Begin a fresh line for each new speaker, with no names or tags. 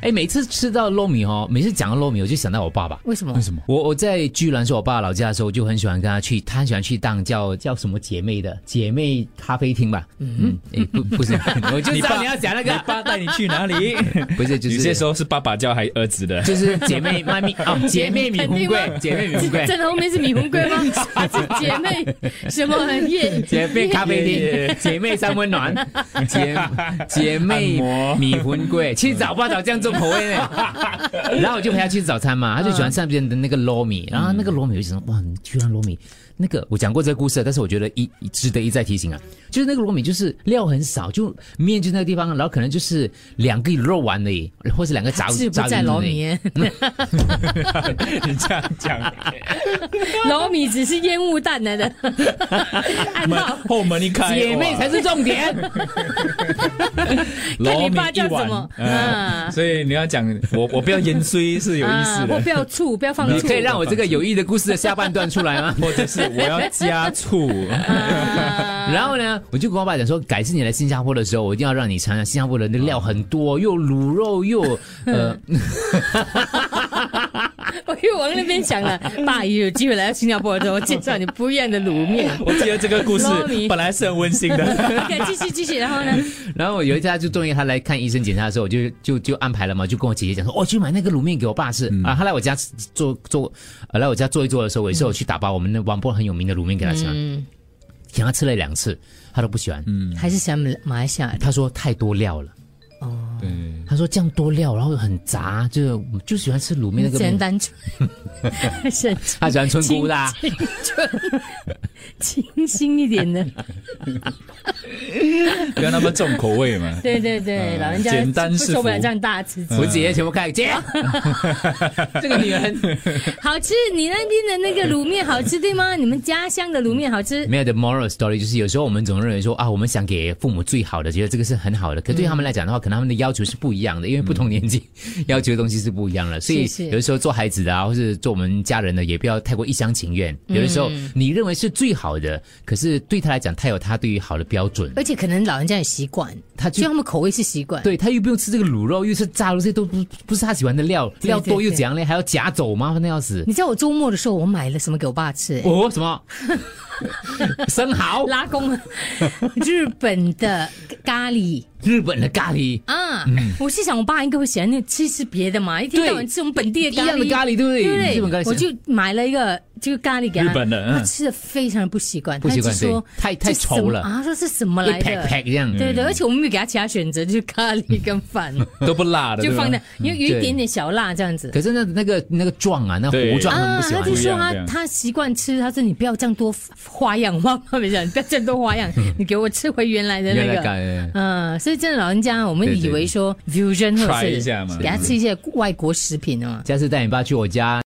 哎，每次吃到糯米哦，每次讲到糯米，我就想到我爸爸。
为什么？
为什么？
我我在居兰是我爸老家的时候，我就很喜欢跟他去，他很喜欢去当叫叫什么姐妹的姐妹咖啡厅吧。嗯，哎不不是，我就知道你要讲那
你
个，
爸带你去哪 里？
不是就是
有些时候是爸爸教还儿子的，
就是姐妹卖米啊，姐妹米
肯
红
定
贵
吗，
姐妹米红贵，
真的后面是米红龟吗？还是姐妹什么夜？
姐妹咖啡厅，姐妹三温暖，姐姐妹
按摩
米魂柜，去找不找这样做口味 呢？然后我就陪他去吃早餐嘛，他就喜欢上边的那个糯米，然后那个糯米我就想说，哇，你居然糯米。那个我讲过这个故事，啊但是我觉得一一值得一再提醒啊，就是那个糯米就是料很少，就面就那个地方，然后可能就是两个肉丸而已，或是两个炸
是不
炸
在
云吞
老
而已
米耶，
你这样讲，
老米只是烟雾弹来的，哎按
门
照
后门一开，
姐妹才是重点。
哇
看你爸
糯米
叫
一
什
碗
么
嗯
嗯
所以你要讲我我不要烟虽是有意思
啊，或
的
不，要醋，不要放
你
醋，
可以让我这个有益的故事的下半段出来吗？啊
或者是我要加醋。
啊
然后呢，我就跟我爸讲说，改次你来新加坡的时候，我一定要让你尝尝新加坡的那料很多，又有卤肉又 有呃，
我又往那边想了，爸也有机会来到新加坡的时候，介绍你不一样的卤面。
我记得这个故事
糯米
本来是很温馨的，
OK，继续继续，然后呢？
然后我有一次他就终于他来看医生检查的时候，我就就就安排了嘛，就跟我姐姐讲说，哦，去买那个卤面给我爸吃、
嗯
啊。他来我家吃坐坐、呃来我家坐一坐的时候，我也是有去打包我们那王波很有名的卤面给他吃，
嗯，
给他吃了两次，他都不喜欢，
还是想马来西亚的
他说太多料了。
哦
对，
他说这样多料，然后很杂，就就喜欢吃卤面那个
简
面。
单纯， 是
他喜欢村姑的啊、
清清新一点的。
不要那么重口味嘛。
对对对，老人家
简单是福
受不了这样大吃鸡。
我姐姐全部看姐，这个女人
好吃，你那边的那个卤面好吃对吗？你们家乡的卤面好吃？
没有的 moral story 就是有时候我们总认为说啊，我们想给父母最好的，觉得这个是很好的，可对他们来讲的话，可能他们的要求是不一样的，因为不同年纪、
嗯
要求的东西是不一样的，所以
是是
有的时候做孩子的啊，或是做我们家人的，也不要太过一厢情愿。
嗯
有的时候你认为是最好的，可是对他来讲，他有他对于好的标准，
而且可能老人家也习惯，
他
就
就
他。们口味是习惯。
对他又不用吃这个卤肉，又是炸肉，这些都不不是他喜欢的料，
对
料多
对
又
对
怎样嘞？还要夹走，麻烦的要死。
你知道我周末的时候，我买了什么给我爸吃？哎
哦，什么 生蚝？
拉弓， 日本的咖喱
日本的咖喱，
啊！
嗯
我是想我爸应该会喜欢那吃吃别的嘛，一天到晚吃我们本地
一
的咖
样的
喱，
咖喱，对不对？
对不对？
日本咖喱，
我就买了一个这个咖喱给他，
日本的嗯
他吃的非常不习惯，
不习惯
他就说
对太太
这是什么
稠了
啊，他说是什么
一嗯
来
pack
的？
pack 这样。
对对，而且我们没有给他其他选择，就是咖喱 跟饭，
都不辣的，
就
对吧
放在有有
对
一点点小辣这样子。
可是那那个那个壮啊，那
对
糊状他们
啊，
不喜
他
欢
就。说
不一
他
样
他习惯吃，他说你不要这样多花样，我妈妈讲你不要这样多花样， 你给我吃回原来的那
原来
个。
咖喱
嗯，所以真的老人家，我们
对对
以为说 fusion 或
Try
者
一
是
下嘛
给他吃一些外国食品啊。
下次带你爸去我家